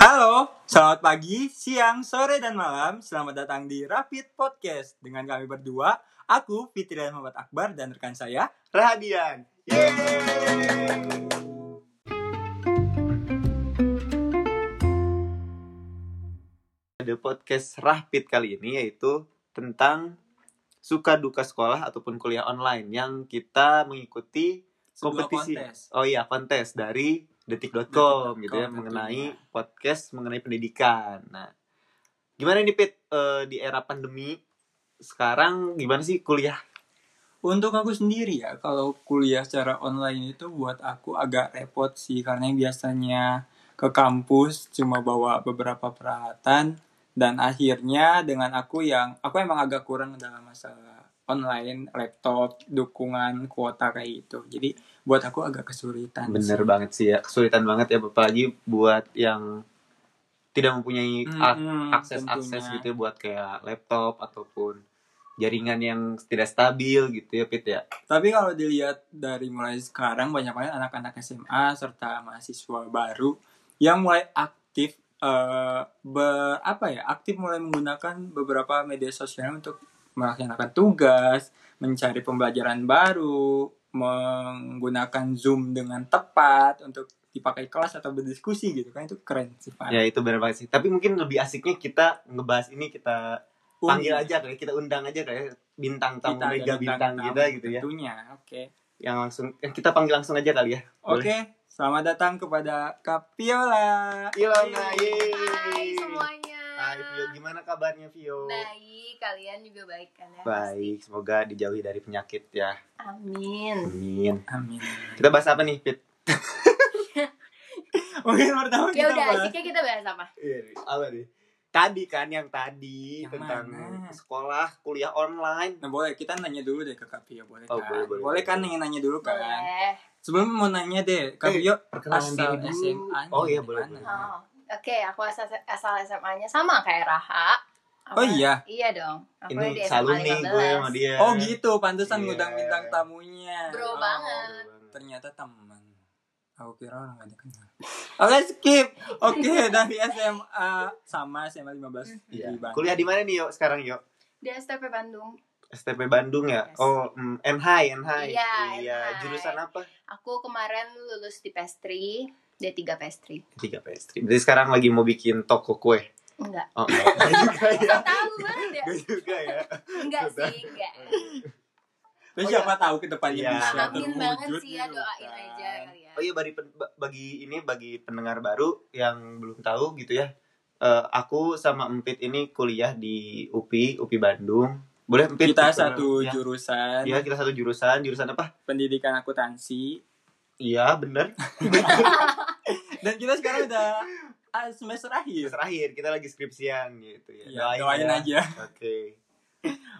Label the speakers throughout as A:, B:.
A: Halo, selamat pagi, siang, sore, dan malam. Selamat datang di Rapid Podcast dengan kami berdua. Aku Fitri dan Muhammad Akbar dan rekan saya.
B: Rahadian. Yeay. Ada podcast Rahpit kali ini yaitu tentang suka duka sekolah ataupun kuliah online yang kita mengikuti
A: Sebuah
B: kompetisi.
A: kontes.
B: Oh iya, kontes dari
A: Detik.com,
B: detik.com gitu
A: tentunya.
B: ya mengenai podcast mengenai pendidikan. Nah, gimana nih Pit Eh, di era pandemi sekarang gimana sih kuliah?
A: Untuk aku sendiri ya, kalau kuliah secara online itu buat aku agak repot sih karena biasanya ke kampus cuma bawa beberapa peralatan dan akhirnya dengan aku yang aku emang agak kurang dalam masalah online laptop dukungan kuota kayak gitu jadi buat aku agak kesulitan sih.
B: Bener banget sih ya, kesulitan banget ya apalagi buat yang tidak mempunyai ak-
A: Mm-mm,
B: akses-akses
A: tentunya.
B: gitu ya buat kayak laptop ataupun jaringan yang tidak stabil gitu ya Pit ya.
A: Tapi kalau dilihat dari mulai sekarang banyak banget anak-anak SMA serta mahasiswa baru yang mulai aktif eh, ber apa ya aktif mulai menggunakan beberapa media sosial untuk melaksanakan tugas, mencari pembelajaran baru, menggunakan Zoom dengan tepat untuk dipakai kelas atau berdiskusi gitu kan itu keren sih Pak.
B: Ya itu bener banget sih. Tapi mungkin lebih asiknya kita ngebahas ini kita panggil
A: Undang
B: aja kali ya, kita undang aja kali bintang tamu
A: kita ada
B: mega bintang,
A: tamu
B: kita gitu ya.
A: Tentunya, oke.
B: Yang langsung yang kita panggil langsung aja kali ya.
A: Oke,
B: Boleh.
A: selamat datang kepada Kapiola.
B: Ilona, yeay.
C: Hai semuanya.
B: Iya, nah, Hai Vio, gimana kabarnya Vio?
C: Baik, kalian juga baik kan ya?
B: Baik, semoga dijauhi dari penyakit ya.
C: Amin.
B: Amin.
A: Amin.
B: Kita bahas apa nih, Pit?
A: Mungkin pertama
C: Ya
A: kita
C: udah,
A: bahas.
C: asiknya kita bahas apa?
B: Iya, apa nih? Tadi kan yang tadi
A: Yang
B: tentang
A: mana?
B: sekolah, kuliah online.
A: Nah boleh, kita nanya dulu deh ke Kapio, boleh
B: Oh,
A: kan?
B: boleh, boleh.
A: kan nanya nanya dulu kan?
C: Boleh.
A: Sebelum mau nanya deh,
B: Eh,
A: Kapio
B: Perkenalan
A: asal
B: diri dulu.
A: SMA. -nya
B: Oh iya,
A: dari
B: boleh.
A: mana?
B: boleh.
C: Oh, oke, aku asal, asal SMA-nya sama kayak Raha. Apa-
A: Oh iya.
C: Iya dong. Aku di
B: Ini
C: SMA
B: selalu nih gue sama
C: 15.
B: dia.
A: Oh gitu, pantesan
B: Iya.
A: ngundang bintang tamunya.
C: Bro
B: Oh,
C: banget.
B: bro
A: Ternyata teman. Aku kira orang gak dikenal. Oke skip. Oke dari SMA sama SMA 15
B: Iya.
A: di Bandung.
B: Kuliah di mana nih, Yo? Sekarang, Yo?
C: Di STP Bandung.
B: STP Bandung ya?
C: Yes.
B: Oh, mm, NHI, NHI.
C: Iya, NHI.
B: jurusan apa?
C: Aku kemarin lulus di pastry, D3 pastry.
B: Tiga pastry. Jadi sekarang lagi mau bikin toko kue.
C: Enggak.
B: Oh, enggak Enggak juga ya.
C: Tahu banget ya?
B: Enggak juga ya.
C: Enggak sih, enggak.
A: Terus
B: Oh,
A: siapa tahu ke depannya
B: Iya.
A: bisa
C: Amin banget
A: terwujud
C: sih ya,
A: gitu
C: doain
A: kan.
C: aja kali ya.
B: Oh iya bagi pen- ba- bagi ini bagi pendengar baru yang belum tahu gitu ya. Eh, aku sama Empit ini kuliah di UPI, UPI Bandung. Boleh Empit?
A: Kita
B: Gitu.
A: satu
B: ya.
A: jurusan
B: Iya, kita satu jurusan. Jurusan apa?
A: pendidikan akuntansi
B: Iya, bener.
A: dan kita sekarang udah ah, semester akhir.
B: Terakhir kita lagi skripsian gitu ya.
A: Ya, doain aja.
B: Oke.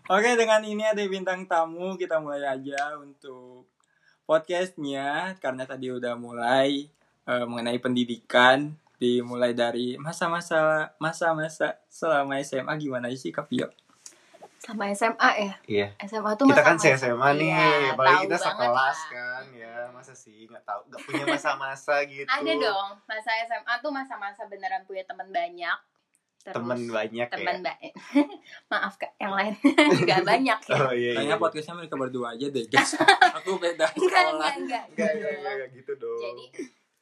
A: Oke, dengan ini ada bintang tamu, kita mulai aja untuk podcastnya karena tadi udah mulai eh, mengenai pendidikan dimulai dari masa-masa masa-masa selama SMA gimana sih Kak Pio?
C: Sama SMA ya?
B: Iya.
C: SMA tuh
B: Kita kan
C: masa
B: SMA nih,
C: Iya,
B: apalagi
C: tahu
B: kita
C: banget
B: sekelas
C: lah.
B: kan ya. Masa sih nggak tahu, nggak punya masa-masa gitu.
C: Ada dong, masa SMA tuh masa-masa beneran punya teman banyak. Terus
B: Temen banyak ya.
C: teman ba- Maaf Kak, yang lain nggak banyak ya.
B: Oh iya. iya.
A: Kayaknya podcastnya mereka berdua aja deh guys. Aku beda
C: Enggak,
A: sekolah.
C: enggak, enggak.
B: Nggak, nggak, nggak, nggak gitu dong.
C: Jadi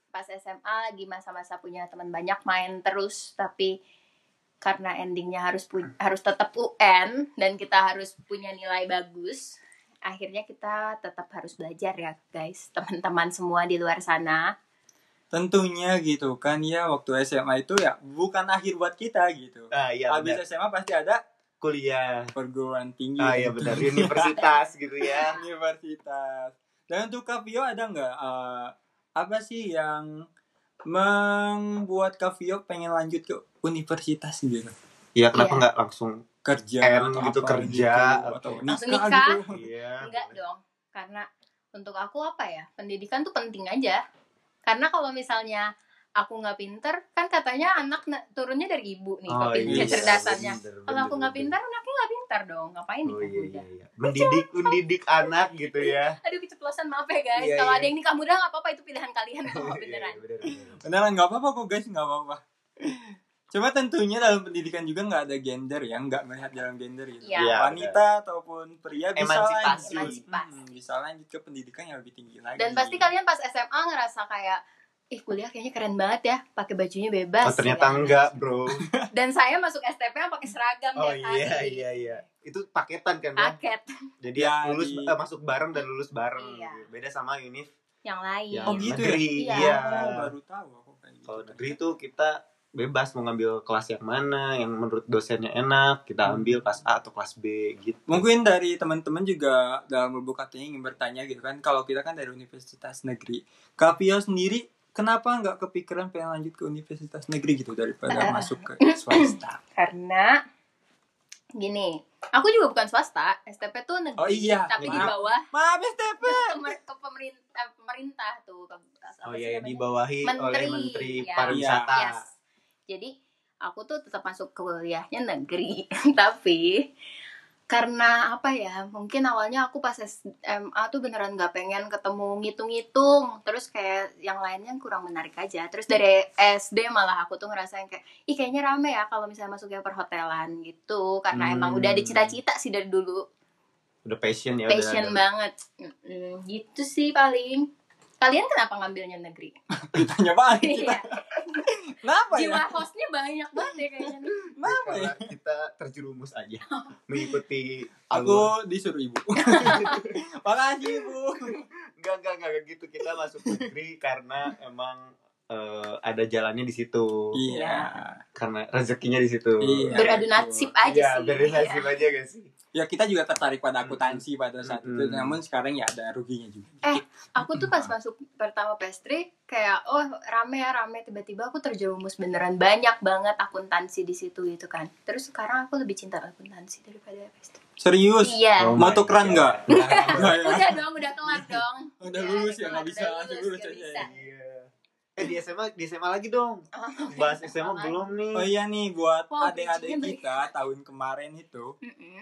C: pas SMA lagi masa-masa punya teman banyak main terus tapi karena endingnya harus pu- harus tetap UN dan kita harus punya nilai bagus. Akhirnya kita tetap harus belajar ya guys, teman-teman semua di luar sana.
A: Tentunya gitu kan ya waktu SMA itu ya bukan akhir buat kita gitu.
B: Ah iya benar.
A: Habis SMA pasti ada
B: kuliah.
A: perguruan tinggi.
B: Ah
C: Gitu.
B: iya benar universitas gitu ya.
A: universitas. Dan untuk Kavio ada nggak eh, apa sih yang membuat Kavio pengen lanjut ke universitas gitu?
B: Iya
C: kenapa Iya.
B: nggak langsung?
A: Kerja
B: N
A: atau
B: gitu,
A: apa
B: kerja,
A: gitu, atau
B: atau-
A: nikah,
C: Langsung nikah.
A: gitu.
B: Iya.
C: Enggak dong, karena untuk aku apa ya, pendidikan tuh penting aja. Karena kalau misalnya aku nggak pinter, kan katanya anak na- turunnya dari ibu nih,
B: Oh,
C: kepin-
B: iya,
C: kecerdasannya.
B: bener, bener,
C: Kalau aku nggak
B: bener.
C: pinter, anaknya nggak pinter dong. Ngapain nih
B: Oh
C: kamu
B: iya
C: udah?
B: iya. iya. Mendidik mendidik anak gitu ya.
C: Aduh keceplosan maaf ya guys.
B: Iya,
C: kalau
B: iya.
C: ada yang nikah muda nggak apa-apa itu pilihan kalian kok
B: Iya, iya,
C: Oh, beneran.
B: bener, bener.
A: Beneran nggak apa-apa kok guys nggak apa-apa. Cuma tentunya dalam pendidikan juga nggak ada gender ya, nggak melihat dalam gender gitu.
C: Iya.
B: Iya,
A: Wanita ataupun pria bisa
B: Emansipasi.
A: lanjut,
C: Emansipasi.
A: Hmm, bisa lanjut ke pendidikan yang lebih tinggi lagi.
C: Dan pasti kalian pas SMA ngerasa kayak ih kuliah kayaknya keren banget ya, pakai bajunya bebas.
B: Oh, ternyata
C: ya.
B: enggak, bro.
C: Dan saya masuk STP pakai seragam
B: Oh
C: ya kan.
B: iya iya iya. Itu paketan kan ya.
C: Paket
B: Jadi
A: Ya,
B: lulus
A: di-
B: eh, masuk bareng dan lulus bareng.
C: Iya.
B: gitu. Beda sama univ
C: yang lain.
B: yang
A: Oh, gitu ya?
B: negeri.
C: Iya.
B: Iya.
A: Oh, baru tahu aku kayak gitu.
B: Kalau negeri tuh kita bebas mau ngambil kelas yang mana yang menurut dosennya enak kita
A: Hmm.
B: ambil kelas A atau kelas B gitu.
A: Mungkin dari teman-teman juga dalam lubuk hatinya ingin bertanya gitu kan, kalau kita kan dari universitas negeri. Kapio sendiri kenapa nggak kepikiran pengen lanjut ke universitas negeri gitu daripada
C: Eh.
A: masuk ke swasta?
C: Karena gini, aku juga bukan swasta, STP tuh negeri
A: Oh, iya.
C: tapi di
A: Maaf.
C: bawah
A: Maaf ya, STP.
C: kemer- ke pemerintah eh, pemerintah tuh ke, apa
B: Oh
C: sih
B: iya
C: namanya?
B: dibawahi oleh
C: Menteri,
B: Menteri
C: ya.
B: Pariwisata.
C: Yes. Jadi aku tuh tetap masuk ke kuliahnya negeri, tapi karena apa ya? Mungkin awalnya aku pas SMA tuh beneran nggak pengen ketemu ngitung-ngitung, terus kayak yang lainnya kurang menarik aja. Terus dari SD malah aku tuh ngerasain kayak, ih kayaknya rame ya kalau misalnya masuknya perhotelan gitu, karena emang
B: Hmm.
C: udah ada cita-cita sih dari dulu
B: Udah passion ya udah.
C: passion banget Mm-mm, gitu sih paling kalian kenapa ngambilnya negeri
A: Ditanya banget
B: Gitu
A: kita.
C: Iya,
A: Kenapa ya?
C: jiwa hostnya banyak banget ya kayaknya
A: Kenapa ya?
B: Karena kita terjerumus aja
C: Oh.
B: mengikuti alur.
A: Aku disuruh ibu. Makasih ibu.
B: Enggak enggak enggak enggak gitu kita masuk negeri karena emang eh, ada jalannya di situ.
A: Iya.
B: Karena rezekinya di situ.
A: Iya.
C: beradu nasib
B: Ya, Iya,
C: aja sih
B: beres nasib
C: Iya.
B: aja gak sih?
A: Ya kita juga tertarik pada akuntansi pada saat itu,
B: Mm-mm.
A: namun sekarang ya ada ruginya juga.
C: eh aku tuh pas masuk pertama pastry kayak oh rame ya rame tiba-tiba aku terjerumus beneran banyak banget akuntansi di situ gitu kan terus sekarang aku lebih cinta akuntansi daripada pastry
A: Serius?
C: iya
A: Mau
B: Oh my
A: tukeran
B: God.
A: nggak?
B: Tukeran.
A: Enggak Oh, ya?
C: udah dong udah kelar dong
A: Udah lulus ya, nggak
C: nggak
A: bisa langsung lulus aja ya.
B: Iya. Eh di SMA di SMA lagi dong.
C: Oh,
B: Bahas SMA
C: lagi.
B: belum nih.
A: Oh iya nih buat
C: Wow,
A: adik-adik
C: bijinya banyak.
A: kita tahun kemarin itu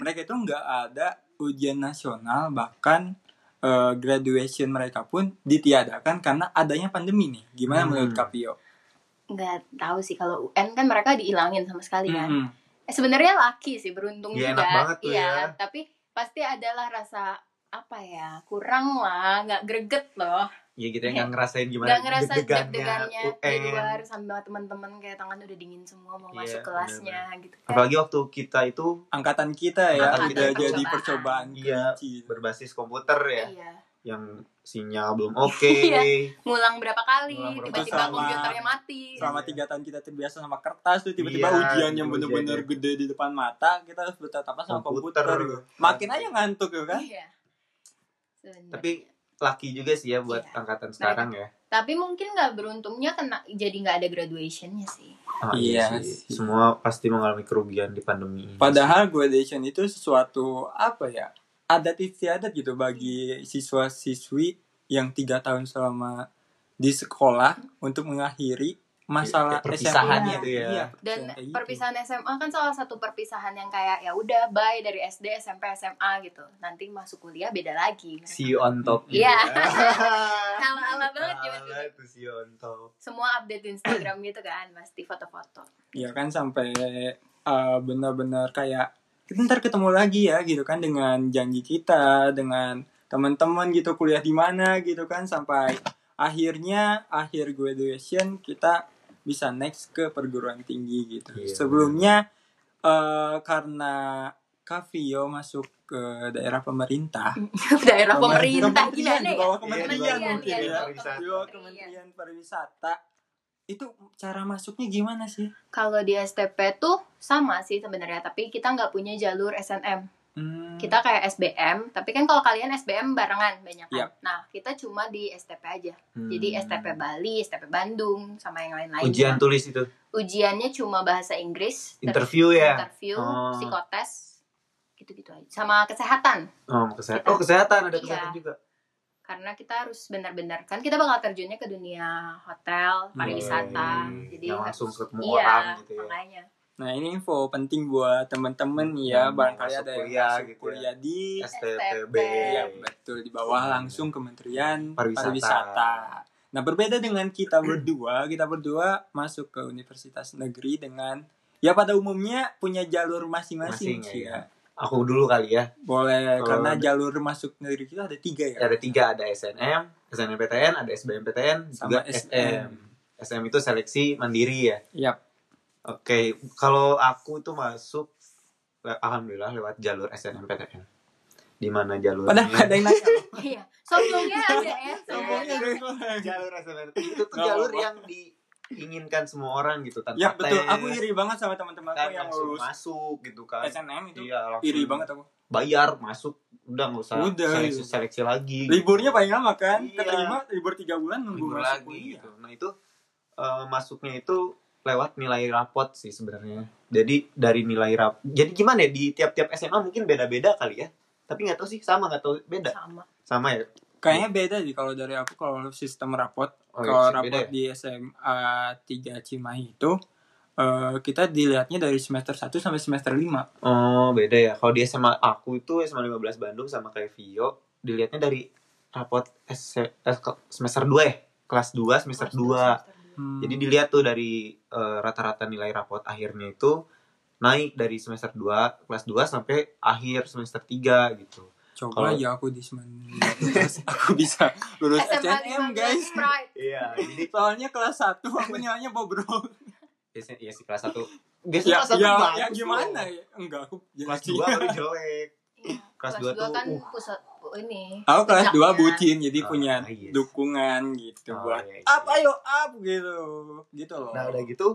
A: mereka itu nggak ada ujian nasional bahkan eh, graduation mereka pun ditiadakan karena adanya pandemi nih. Gimana
B: Hmm.
A: menurut Kapio?
C: nggak tahu sih kalau UN kan mereka diilangin sama sekali kan
A: Mm-mm.
C: Eh, sebenarnya laki sih beruntung
B: Iya,
C: juga
B: enak banget tuh
C: Iya,
B: ya.
C: tapi pasti adalah rasa apa ya kurang lah nggak greget loh
B: Ya gitu ya nggak ngerasain gimana
C: Iya. nggak ngerasa
B: deg-degannya
C: deg-degannya di
B: UN.
C: luar sama teman-teman kayak tangan udah dingin semua mau
B: Iya,
C: masuk kelasnya gitu kan
B: Apalagi waktu kita itu
A: Angkatan kita ya
B: Angkatan
A: udah
B: kita.
A: jadi percobaan
B: Iya.
A: kelinci.
B: berbasis komputer ya
C: iya
B: yang sinyal belum oke
C: Iya. ngulang berapa kali
B: Ngulang berapa
C: tiba-tiba
A: kali.
C: komputernya mati
A: selama tiga tahun kita terbiasa sama kertas tuh tiba-tiba
B: Iya,
A: ujian yang
B: tiba-tiba
A: bener-bener
B: ujiannya.
A: gede di depan mata kita harus bertatapan sama komputer,
B: Komputer.
A: gitu. makin aja ngantuk ya kan
C: iya Sebenarnya.
B: tapi laki juga sih ya buat
C: Iya.
B: angkatan sekarang ya
C: tapi mungkin nggak beruntungnya kena jadi nggak ada graduationnya sih
B: Ah,
A: Iya sih.
B: semua pasti mengalami kerugian di pandemi ini
C: Iya.
A: padahal graduation itu sesuatu apa ya adat istiadat gitu bagi siswa-siswi yang tiga tahun selama di sekolah untuk mengakhiri masalah
B: Iya, Kayak perpisahan gitu ya.
C: dan
A: kayak gitu.
C: perpisahan SMA kan salah satu perpisahan yang kayak ya udah bye dari SD SMP SMA gitu nanti masuk kuliah beda lagi
B: sih. see you on top
C: Iya.
B: Hahaha.
C: ala-ala banget zaman dulu.
B: Ala tuh see you on top
C: semua update Instagram gitu kan pasti foto-foto
A: ya kan sampai eh, benar-benar kayak kita ntar ketemu lagi ya gitu kan dengan janji kita dengan teman-teman gitu kuliah di mana gitu kan sampai akhirnya akhir graduation kita bisa next ke perguruan tinggi gitu
B: Iya.
A: sebelumnya eh, karena Kavio masuk ke daerah pemerintah
C: daerah pemerintah
A: Kementerian, Iya,
C: gimana
A: di
C: ya
A: bawah kementerian
C: Kementerian,
A: mungkin
C: iya,
A: ya
C: di bawah Iya.
A: Di bawah
C: kementerian.
A: kementerian pariwisata itu cara masuknya gimana sih
C: kalau di STP tuh sama sih sebenarnya tapi kita nggak punya jalur SNM
A: Hmm.
C: kita kayak SBM tapi kan kalau kalian SBM barengan banyak kan
A: Yap.
C: nah kita cuma di STP
B: Iya.
C: aja
B: Hmm.
C: jadi STP Bali STP Bandung sama yang lain-lain
B: ujian tulis itu
C: ujiannya cuma bahasa Inggris ter-
B: interview ya
C: interview
B: Oh.
C: psikotes gitu-gitu aja sama kesehatan
B: oh kesehatan oh kesehatan ada
C: Iya.
B: kesehatan juga
C: karena kita harus benar-benar kan kita bakal terjunnya ke dunia hotel pariwisata
B: Hmm.
C: jadi
B: yang
C: harus-
B: langsung ketemu
C: iya
B: orang gitu ya
C: makanya
A: Nah ini info penting buat temen-temen ya
B: Yang mau
A: barangkali
B: masuk
A: ada yang
B: kuliah
A: masuk
B: gitu ya.
A: kuliah di ya,
B: STTB
C: STTB.
A: Iya, betul di bawah langsung Kementerian
B: Pariwisata.
A: Pariwisata. Nah, berbeda dengan kita berdua, kita berdua masuk ke universitas negeri dengan ya pada umumnya punya jalur masing-masing
B: Masing,
A: sih ya.
B: ya. Aku dulu kali ya.
A: Boleh
B: Kalau
A: karena
B: ada-
A: jalur masuk negeri kita ada tiga ya.
B: Eh, Ada tiga, ada SNM, SNMPTN, ada SBMPTN, juga
A: Sama
B: SM. SM itu seleksi mandiri ya.
A: Yap.
B: Oke, kalau aku itu masuk le- alhamdulillah lewat jalur SNMPTN. Di mana jalurnya?
A: Padahal ada yang nanya.
C: Iya. Sombongnya ada ya.
B: Sombongnya ada yang jalur SNMPTN. Itu tuh
A: Nggak
B: jalur
A: apa-apa.
B: yang diinginkan semua orang gitu tanpa
A: ya betul,
B: tes.
A: aku iri banget sama teman-teman aku
B: kan
A: yang
B: langsung
A: lulus
B: masuk gitu kan.
A: SNM itu.
B: Iya, langsung
A: Iri banget aku.
B: bayar masuk udah nggak usah
A: Udah,
B: seleksi
A: iya.
B: seleksi lagi gitu.
A: Liburnya paling lama kan?
B: Iya.
A: Keterima libur tiga bulan nunggu masuk
B: libur lagi
A: kuliah.
B: gitu nah itu eh, masuknya itu lewat nilai rapot sih sebenarnya jadi dari nilai rap jadi gimana ya di tiap-tiap SMA mungkin beda-beda kali ya tapi nggak tahu sih sama nggak tahu beda
C: Sama.
B: sama ya
A: Kayaknya beda sih kalau dari aku kalau sistem rapot.
B: Oh, iya,
A: kalau
B: bisa beda
A: rapot
B: ya?
A: di SMA 3 Cimahi itu eh, kita dilihatnya dari semester 1 sampai semester 5.
B: oh beda ya kalau di SMA aku itu SMA 15 Bandung sama kayak Vio dilihatnya dari rapot S- eh, ke- semester 2 ya kelas 2 semester 2 Hmm. Jadi
A: Hmm.
B: dilihat tuh dari eh, rata-rata nilai rapot akhirnya itu naik dari semester 2 kelas 2 sampai akhir semester 3 gitu.
A: coba
B: kalau-
A: aja aku di 19 aku bisa lulus
C: SMA
A: SNM guys.
C: Sprite.
B: Iya, jadi
A: Soalnya kelas 1 aku nilainya bobrol.
B: biasanya iya sih kelas
A: ya,
B: 1. Biasanya kelas 1
A: ya,
B: bagus.
A: ya
B: loh.
A: gimana ya? Enggak aku jelek
B: Kelas
A: sih.
B: 2 baru jelek.
C: Iya.
B: Kelas
C: Kelas
B: dua
C: 2
B: tuh,
C: kan
B: uh.
C: pusat ini.
A: Aku kelas 2
C: puncaknya.
A: bucin jadi
B: Ah,
A: punya
B: yes.
A: dukungan gitu
B: Oh,
A: buat
B: iya, iya.
A: up ayo up gitu. Gitu loh.
B: Nah, udah gitu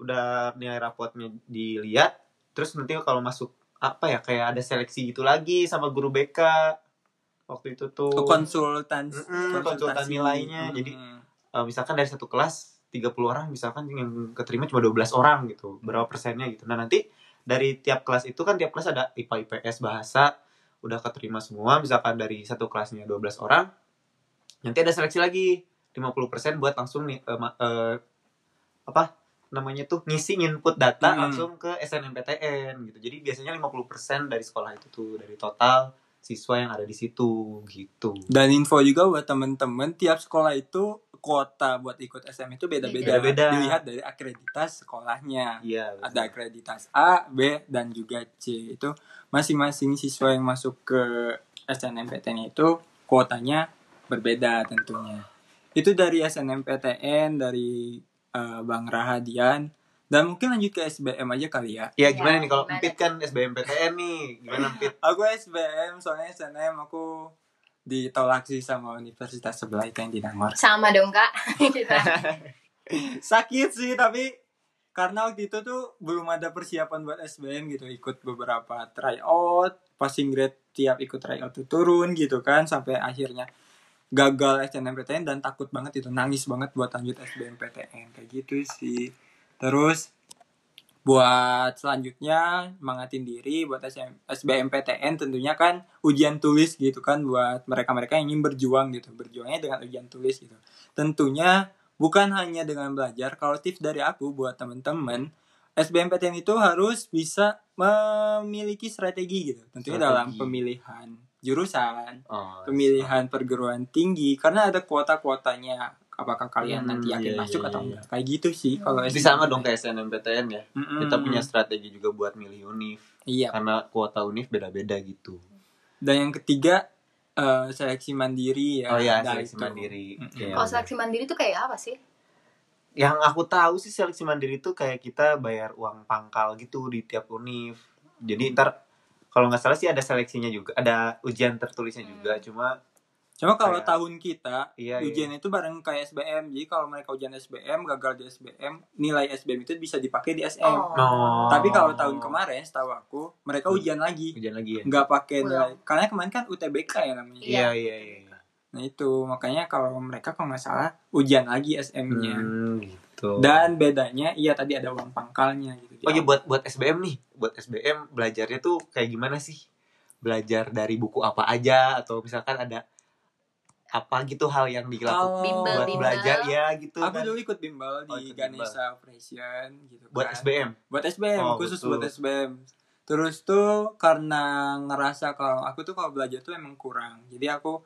B: udah nilai rapotnya dilihat terus nanti kalau masuk apa ya kayak ada seleksi gitu lagi sama guru BK waktu itu tuh.
A: Oh, konsultans
B: Mm-mm, konsultan nilainya. Jadi, Eh, misalkan dari satu kelas 30 orang misalkan yang keterima cuma 12 orang gitu berapa persennya gitu nah nanti dari tiap kelas itu kan tiap kelas ada IPA IPS bahasa udah keterima semua misalkan dari satu kelasnya 12 orang nanti ada seleksi lagi 50% buat langsung nih eh, ma- eh, apa namanya tuh ngisi input data
A: Hmm.
B: langsung ke SNMPTN gitu jadi biasanya 50% dari sekolah itu tuh dari total siswa yang ada di situ gitu
A: dan info juga buat temen-temen tiap sekolah itu kuota buat ikut SM itu beda-beda
B: Beda-beda.
A: dilihat dari akreditas sekolahnya
B: iya
A: ada akreditas A B dan juga C itu masing-masing siswa yang masuk ke SNMPTN itu kuotanya berbeda tentunya itu dari SNMPTN dari eh, Bang Rahadian dan mungkin lanjut ke SBM aja kali ya
B: Ya gimana
C: Ya,
B: nih kalau
C: gimana?
B: empit kan SBMPTN nih
A: Iya.
B: gimana empit?
A: Aku SBM, soalnya SNM aku ditolak sih sama universitas sebelah itu yang di Nangor.
C: Sama dong, Kak. Iya. Kita
A: Sakit sih, tapi karena waktu itu tuh belum ada persiapan buat SBM gitu. Ikut beberapa tryout, passing grade tiap ikut tryout tuh turun gitu kan. Sampai akhirnya gagal SNMPTN dan takut banget itu. Nangis banget buat lanjut SBMPTN. Kayak gitu sih. Terus buat selanjutnya semangatin diri buat SM, SBMPTN tentunya kan ujian tulis gitu kan buat mereka-mereka yang ingin berjuang gitu berjuangnya dengan ujian tulis gitu tentunya bukan hanya dengan belajar kalau tips dari aku buat temen-temen SBMPTN itu harus bisa memiliki strategi gitu tentunya
B: Strategi.
A: dalam pemilihan jurusan
B: Oh,
A: pemilihan perguruan tinggi karena ada kuota-kuotanya apakah kalian
B: Hmm,
A: nanti yakin
B: iya,
A: masuk
B: iya,
A: atau
B: iya.
A: enggak kayak gitu sih kalau
B: Jadi
A: SBMPTN.
B: sama dong kayak SNMPTN ya.
A: Mm-mm.
B: Kita punya strategi juga buat milih univ
A: iya
B: karena kuota univ beda-beda gitu.
A: Dan yang ketiga eh, seleksi mandiri ya.
B: oh ya
A: Nah,
B: seleksi
A: itu.
B: mandiri.
A: Mm-mm.
B: Iya,
C: kalau
B: benar.
C: seleksi mandiri tuh kayak apa sih?
B: Yang aku tahu sih seleksi mandiri itu kayak kita bayar uang pangkal gitu di tiap univ. Jadi ntar kalau nggak salah sih ada seleksinya juga, ada ujian tertulisnya juga. Cuma
A: Cuma kalau
B: Kayak-
A: tahun kita
B: iya, iya.
A: Hmm. ujian itu bareng kayak SBM. Jadi kalau mereka ujian SBM gagal di SBM, nilai SBM itu bisa dipakai di
B: Eh,
A: SM.
C: Oh.
B: No.
A: Tapi kalau tahun kemarin setahu aku mereka
B: Hmm.
A: ujian lagi.
B: ujian lagi ya.
A: Nggak pakai
C: Ulang.
A: nilai. Karena kemarin kan UTBK ya namanya.
B: Iya iya iya. iya.
A: Nah itu makanya kalau mereka kalau nggak salah ujian lagi SM-nya.
B: Hmm,
A: Iya.
B: gitu.
A: Dan bedanya iya tadi ada uang pangkalnya gitu.
B: Oh iya buat buat SBM nih, buat SBM belajarnya tuh kayak gimana sih? Belajar dari buku apa aja atau misalkan ada apa gitu hal yang dilakukan
A: Kalau-
C: Bimbel,
B: buat
C: bimbel.
B: belajar ya gitu
A: Oh, Aku
B: kan.
A: dulu ikut bimbel
B: Oh,
A: di
B: ikut bimbel.
A: Ganesha Operation gitu
B: Buat
A: kan.
B: SBM.
A: buat SBM
B: Oh,
A: khusus
B: betul.
A: buat SBM terus tuh karena ngerasa kalau aku tuh kalau belajar tuh emang kurang jadi aku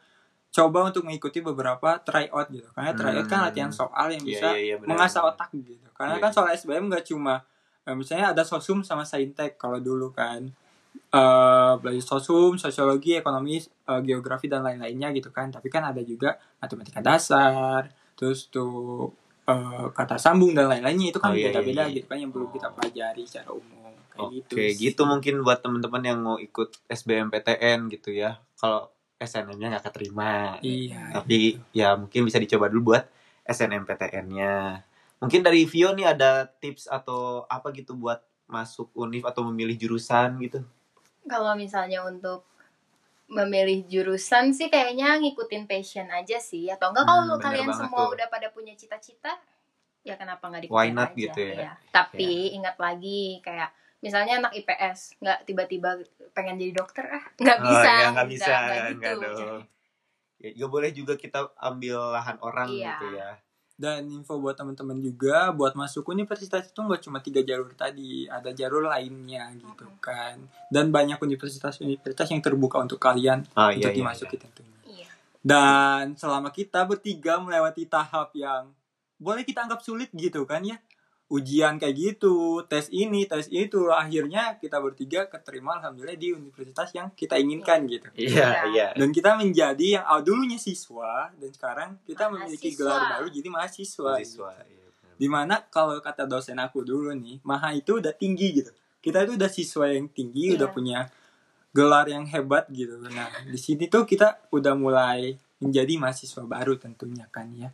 A: coba untuk mengikuti beberapa tryout gitu karena tryout kan
B: Hmm.
A: latihan soal yang
B: Iya,
A: bisa
B: iya, iya, benar,
A: mengasah
B: benar.
A: otak gitu karena
B: Iya,
A: kan
B: iya.
A: soal SBM gak cuma eh, misalnya ada sosum sama saintek kalau dulu kan Eh, belajar sosum sosiologi ekonomi eh, geografi dan lain-lainnya gitu kan tapi kan ada juga matematika dasar terus tuh eh, kata sambung dan lain-lainnya itu kan
B: Oh, iya,
A: beda-beda
B: iya, iya.
A: gitu kan yang perlu kita pelajari secara umum kayak gitu
B: Oke, gitu mungkin buat teman-teman yang mau ikut SBMPTN gitu ya. Kalau SNM-nya nggak keterima.
A: iya
B: Tapi ya mungkin bisa dicoba dulu buat SNMPTN-nya. Mungkin dari Vio nih ada tips atau apa gitu buat masuk univ atau memilih jurusan gitu.
C: Kalau misalnya untuk memilih jurusan sih kayaknya ngikutin passion aja sih atau enggak kalau
B: Hmm, bener
C: kalian
B: banget
C: semua
B: tuh.
C: udah pada punya cita-cita ya kenapa nggak
B: Why
C: dikejar
B: not
C: aja Iya.
B: gitu ya?
C: tapi ingat lagi kayak misalnya anak IPS nggak tiba-tiba pengen jadi dokter ah nggak bisa
B: Oh, ya, nggak bisa, nggak
C: gitu.
B: dong. Ya, nggak boleh juga kita ambil lahan orang
C: Iya.
B: gitu ya.
A: Dan info buat teman-teman juga, buat masuk universitas itu nggak cuma tiga jalur tadi, ada jalur lainnya gitu
C: Mm-mm.
A: kan. Dan banyak universitas-universitas yang terbuka untuk kalian
B: Oh, iya,
A: untuk
B: iya,
A: dimasuki
B: iya.
A: tentunya.
C: Iya.
A: Dan selama kita bertiga melewati tahap yang boleh kita anggap sulit gitu kan ya, ujian kayak gitu, tes ini, tes itu, akhirnya kita bertiga keterima alhamdulillah di universitas yang kita inginkan gitu.
B: Iya, iya.
A: Dan kita menjadi yang awal dulunya siswa dan sekarang kita memiliki
C: Mahasiswa.
A: gelar baru jadi mahasiswa. gitu.
B: Mahasiswa, iya, benar.
A: Dimana kalau kata dosen aku dulu nih, maha itu udah tinggi gitu. Kita itu udah siswa yang tinggi,
C: Iya.
A: udah punya gelar yang hebat gitu. Nah, di sini tuh kita udah mulai menjadi mahasiswa baru tentunya kan ya.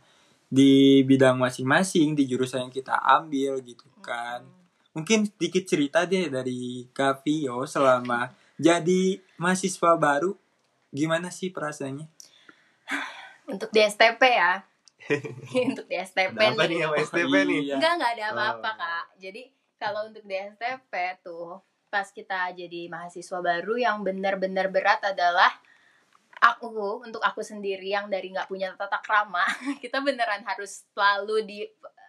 A: Di bidang masing-masing, di jurusan yang kita ambil gitu kan. Mungkin sedikit cerita deh dari Kavio selama jadi mahasiswa baru. Gimana sih perasaannya?
C: untuk di STP ya untuk di STP
B: Ada apa nih sama STP nih?
A: Iya.
C: Enggak, enggak ada apa-apa,
B: Oh.
C: Kak. Jadi, kalau untuk di STP tuh, pas kita jadi mahasiswa baru yang benar-benar berat adalah aku, untuk aku sendiri yang dari nggak punya tata krama, kita beneran harus selalu di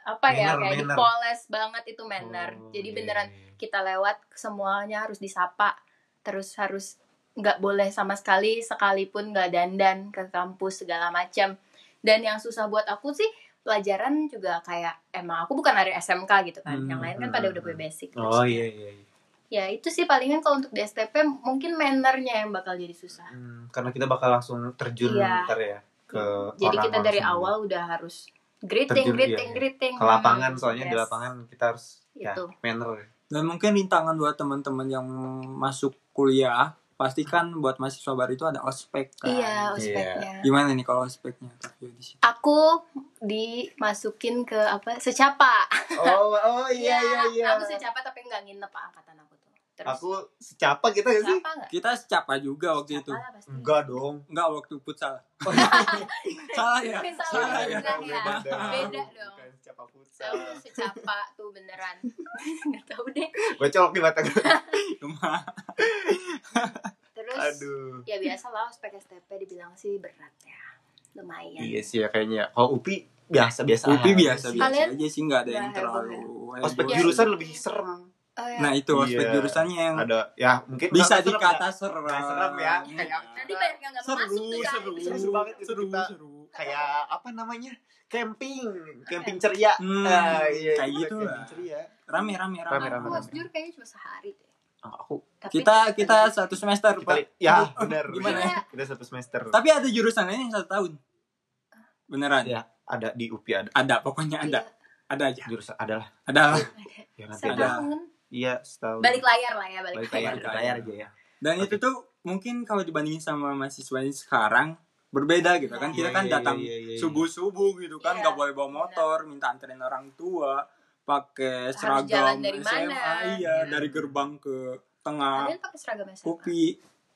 C: apa ya
B: Manner,
C: kayak
B: manner.
C: dipoles banget itu manner.
B: Oh,
C: jadi
B: iya,
C: beneran
B: iya.
C: kita lewat semuanya harus disapa terus harus nggak boleh sama sekali sekalipun nggak dandan ke kampus segala macam dan yang susah buat aku sih pelajaran juga kayak emang aku bukan dari SMK gitu kan yang lain kan pada udah punya basic
B: Oh iya iya. iya.
C: ya itu sih palingan kalau untuk DSTP mungkin mannernya yang bakal jadi susah
B: Hmm, karena kita bakal langsung terjun
C: Iya.
B: ntar ya ke
C: jadi kita
B: orang-orang
C: dari
B: semua.
C: awal udah harus greeting
B: Terjun,
C: greeting
B: iya, iya.
C: greeting
B: ke lapangan
C: Hmm,
B: soalnya di
C: yes.
B: lapangan kita harus ya
C: Itu.
B: manner.
A: Dan mungkin rintangan buat teman-teman yang masuk kuliah, pastikan buat mahasiswa baru itu ada ospek kan.
C: iya ospeknya
A: Gimana nih kalau ospeknya? Kak Fio, di situ?
C: aku dimasukin ke apa secapa
B: Oh oh iya iya iya.
C: aku secapa tapi nggak nginep angkatan aku tuh terus
B: Aku secapa kita gak sih?
C: secapa nggak
A: Kita secapa juga waktu itu. Hmm.
C: secapa Iya, lah pasti
B: Enggak dong.
A: Enggak waktu futsal.
B: Oh,
C: iya.
B: Ah,
A: Salah ya?
C: Mungkin salah
A: Salah ya?
C: bilang ya.
B: iya. Beda.
C: Beda dong.
B: Bukan secapa futsal.
C: Tahu tuh secapa tuh beneran nggak tahu deh
B: Gue colok di mata gue.
A: Cuma
C: terus
B: Aduh.
C: ya biasa lah ospek STP dibilang sih berat ya lumayan
B: Iya sih ya kayaknya. Kalau UPI biasa-biasa.
A: UPI
B: aja Iya. sih.
A: biasa-biasa
C: Kalian-
A: aja sih nggak ada yang
C: Nggak
A: terlalu.
B: Ospek
A: heboh.
C: Iya.
B: jurusan lebih serem.
C: oh, ya.
A: Nah itu ospek
B: Iya.
A: jurusannya yang
B: Ada ya mungkin
A: bisa
B: nggak serem,
A: dikata
B: nggak-
A: serem.
B: nggak serem ya. Kayak
C: nanti banyak yang nggak
A: seru,
C: masuk tuh ya
A: seru,
B: Seru banget itu
A: seru,
B: kita.
A: seru.
B: kayak apa namanya camping camping ceria
A: Hmm,
B: Ah,
A: kayak
B: kita
A: gitu
B: camping
A: lah.
B: ceria
A: Rame, rame, rame.
B: Rame, rame,
C: aku
B: rame.
C: jujur kayaknya cuma sehari deh
B: Ah, aku
C: Tapi- Iya,
A: Kita kita satu semester,
B: kita,
A: Pak.
B: ya benar
A: Gimana
B: benar.
C: ya?
B: kita satu semester
A: Tapi ada jurusan lain yang satu tahun. Beneran?
B: Ya. ada di UPI ada
A: Ada, pokoknya
C: Iya.
A: ada. Ada aja.
B: jurusan ada lah
A: Ada lah.
B: ya nanti
A: Sama.
B: ada
C: setahun
B: iya setahun
C: balik layar lah ya balik,
B: balik layar
A: Balik
B: balik
A: layar.
B: layar aja ya
A: Dan itu tuh mungkin kalau dibandingin sama mahasiswa yang sekarang berbeda gitu kan. Kita
B: Iya,
A: kan
B: iya,
A: datang
B: iya, iya, iya.
A: subuh-subuh gitu kan,
C: Iya,
A: nggak boleh bawa motor, minta anterin orang tua, pakai
C: Harus
A: seragam
C: jalan dari
A: SMA,
C: mana?
A: iya,
C: Iya.
A: dari gerbang ke tengah,
C: kalian pakai seragam SMA
A: kopi.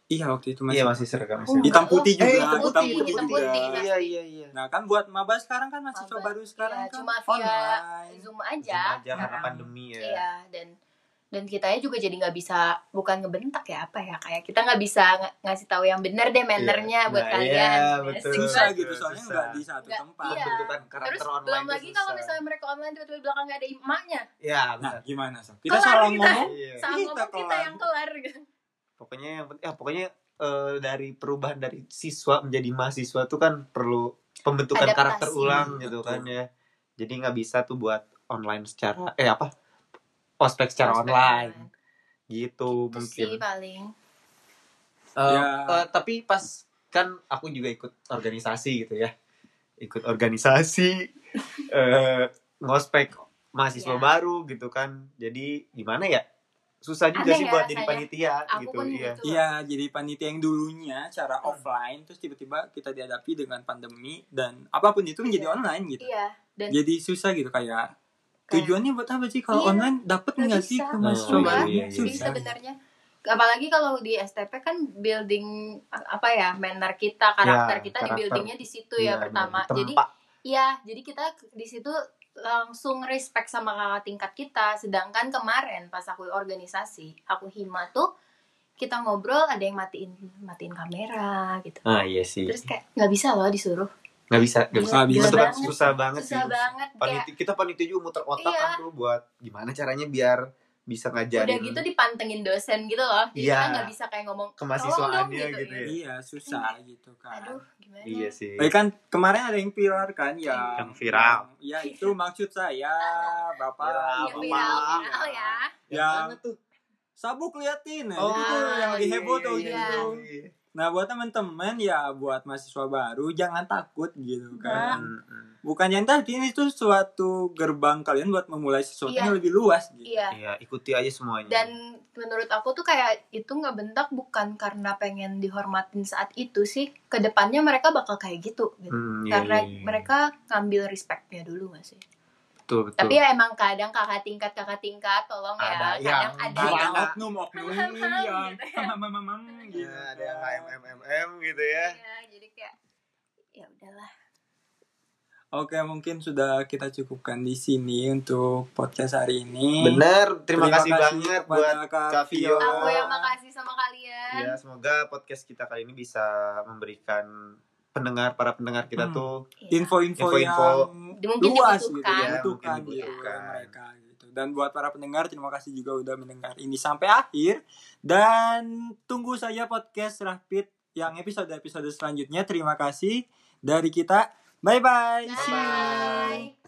A: Iya waktu itu masih.
B: iya masih seragam
C: Oh,
B: masih
A: Hitam putih
B: Eh,
A: juga,
B: hitam
A: hitam
B: putih,
A: putih
B: hitam
A: juga.
C: putih. Iya,
B: iya iya iya
A: Nah kan buat maba sekarang kan mahasiswa
C: Maba.
A: baru sekarang
C: Iya,
A: kan
C: cuma via
A: online.
C: zoom aja
B: aja karena
C: sekarang.
B: pandemi ya
C: Nah. Iya dan dan kitanya juga jadi nggak bisa bukan ngebentak ya apa ya kayak kita nggak bisa ng- ngasih tahu yang bener deh mannernya
B: Iya.
C: buat
B: Nah,
C: kalian.
B: iya,
C: Ya,
B: betul.
C: sih.
A: Susah
B: Aduh,
A: gitu soalnya
B: susah.
A: nggak di satu
C: Nggak,
A: tempat.
C: iya.
B: Pembentukan karakter
C: Terus
B: online
C: belum
B: tuh
C: lagi kalau
B: susah.
C: misalnya mereka online tiba-tiba di belakang nggak ada imamnya.
B: ya
A: Nah
B: benar
A: gimana sob? Kita
C: Kelar
A: salah
C: kita.
A: ngomong.
B: Iya.
C: Sama
A: Kita
C: ngomong kita
A: kelar.
C: yang kelar. gitu.
B: pokoknya yang penting ya pokoknya eh, dari perubahan dari siswa menjadi mahasiswa tuh kan perlu pembentukan karakter
C: Adaptasi.
B: ulang gitu
A: Betul.
B: kan ya. Jadi nggak bisa tuh buat online secara eh apa? Ospek secara
C: Prospek
B: online
C: online.
B: gitu,
C: Itu
B: mungkin.
C: sih paling
B: Eh,
A: Ya.
B: eh, tapi pas kan aku juga ikut organisasi gitu ya. Ikut organisasi eh ngospek mahasiswa
C: Ya.
B: baru gitu kan. Jadi gimana ya? Susah juga
C: Aneh
B: sih
C: ya
B: buat jadi
C: rasanya.
B: panitia
C: Aku
B: gitu
C: pun
B: iya.
C: gitu.
A: Iya, jadi panitia yang dulunya cara
C: Hmm.
A: offline terus tiba-tiba kita dihadapi dengan pandemi dan apapun itu menjadi
C: Iya.
A: online gitu.
C: iya dan
A: Jadi susah gitu kayak
C: Kayak-
A: tujuannya buat apa sih kalau
C: Iya,
A: online dapat
C: nggak
A: nggak sih
C: bisa.
A: ke
B: Oh,
A: mahasiswa
B: iya,
A: baru?
B: iya, iya.
C: sih
A: Susah.
C: sebenarnya apalagi kalau di STP kan building apa ya manner kita karakter
B: Ya,
C: kita di
B: karakter.
C: buildingnya di situ
B: Iya,
C: ya pertama
B: bener.
C: jadi
B: Tempa.
C: Iya, jadi kita di situ langsung respect sama kakak tingkat kita. Sedangkan kemarin pas aku organisasi, aku hima tuh kita ngobrol ada yang matiin matiin kamera gitu.
B: Ah iya sih.
C: Terus kayak nggak bisa loh disuruh.
B: Nggak bisa, nggak bisa.
A: Nggak bisa
B: Itu kan
C: banget.
B: susah banget
C: Susah
B: sih.
C: banget kayak
B: Paniti- kita panitia juga muter otak
C: Iya.
B: kan tuh buat gimana caranya biar bisa ngajarin
C: udah gitu dipantengin dosen gitu loh. Jadi
B: Iya.
C: kita nggak bisa kayak ngomong
B: Kemahasiswaannya
C: "Tolong dong,"
B: gitu ya.
A: Iya, susah gitu kan.
C: Aduh, gimana?
B: Iya sih.
A: Eh kan kemarin ada yang viral kan yang
B: Yang viral.
A: Ya itu maksud saya, Bapak.
B: Viral,
C: Iya,
A: Bapak.
C: viral, viral ya.
A: Yang
B: tuh?
A: sabuk liatin.
B: Oh,
A: itu tuh yang lagi
B: iya,
A: heboh tuh
B: iya,
A: gitu.
B: iya.
A: Nah, buat teman-teman ya buat mahasiswa baru jangan takut gitu
C: Nah.
A: kan.
C: Iya.
B: Mm-mm.
A: Bukan yang tadi ini tuh suatu gerbang kalian buat memulai sesuatu
C: Iya.
A: yang lebih luas gitu.
C: Iya.
B: Iya, ikuti aja semuanya.
C: Dan menurut aku tuh kayak itu ngebentak bukan karena pengen dihormatin saat itu sih. Kedepannya mereka bakal kayak gitu. gitu.
B: Hmm, iya, iya,
C: karena
B: iya.
C: mereka ngambil respectnya dulu gak sih?
B: betul, betul.
C: Tapi ya emang kadang kakak tingkat kakak tingkat tolong
B: Ada iya.
C: ya. Kadang
B: yang
C: ada yang
B: gimana?
A: Ada oknum-oknum yang
C: gitu
A: mamam gitu.
B: Iya, ada yang HMMMM gitu ya.
C: Iya, jadi kayak ya udahlah.
A: Oke, mungkin sudah kita cukupkan di sini untuk podcast hari ini.
B: Bener, terima, kasih, banget
A: kepada
B: buat Kak Vio.
C: Aku
B: Oh.
C: yang makasih sama kalian.
B: ya semoga podcast kita kali ini bisa memberikan pendengar para pendengar kita
A: Hmm.
B: tuh
C: Iya.
A: Info-info,
B: Info-info.
A: yang
C: Mungkin
A: luas gitu,
C: dibutuhkan.
A: yang
B: Ya,
A: dibutuhkan
B: mungkin
A: gitu
B: dibutuhkan.
A: oleh mereka gitu. Dan buat para pendengar, terima kasih juga udah mendengar ini sampai akhir. Dan tunggu saja podcast Rapid yang episode-episode selanjutnya. Terima kasih dari kita. Bye-bye. See you.
C: Bye.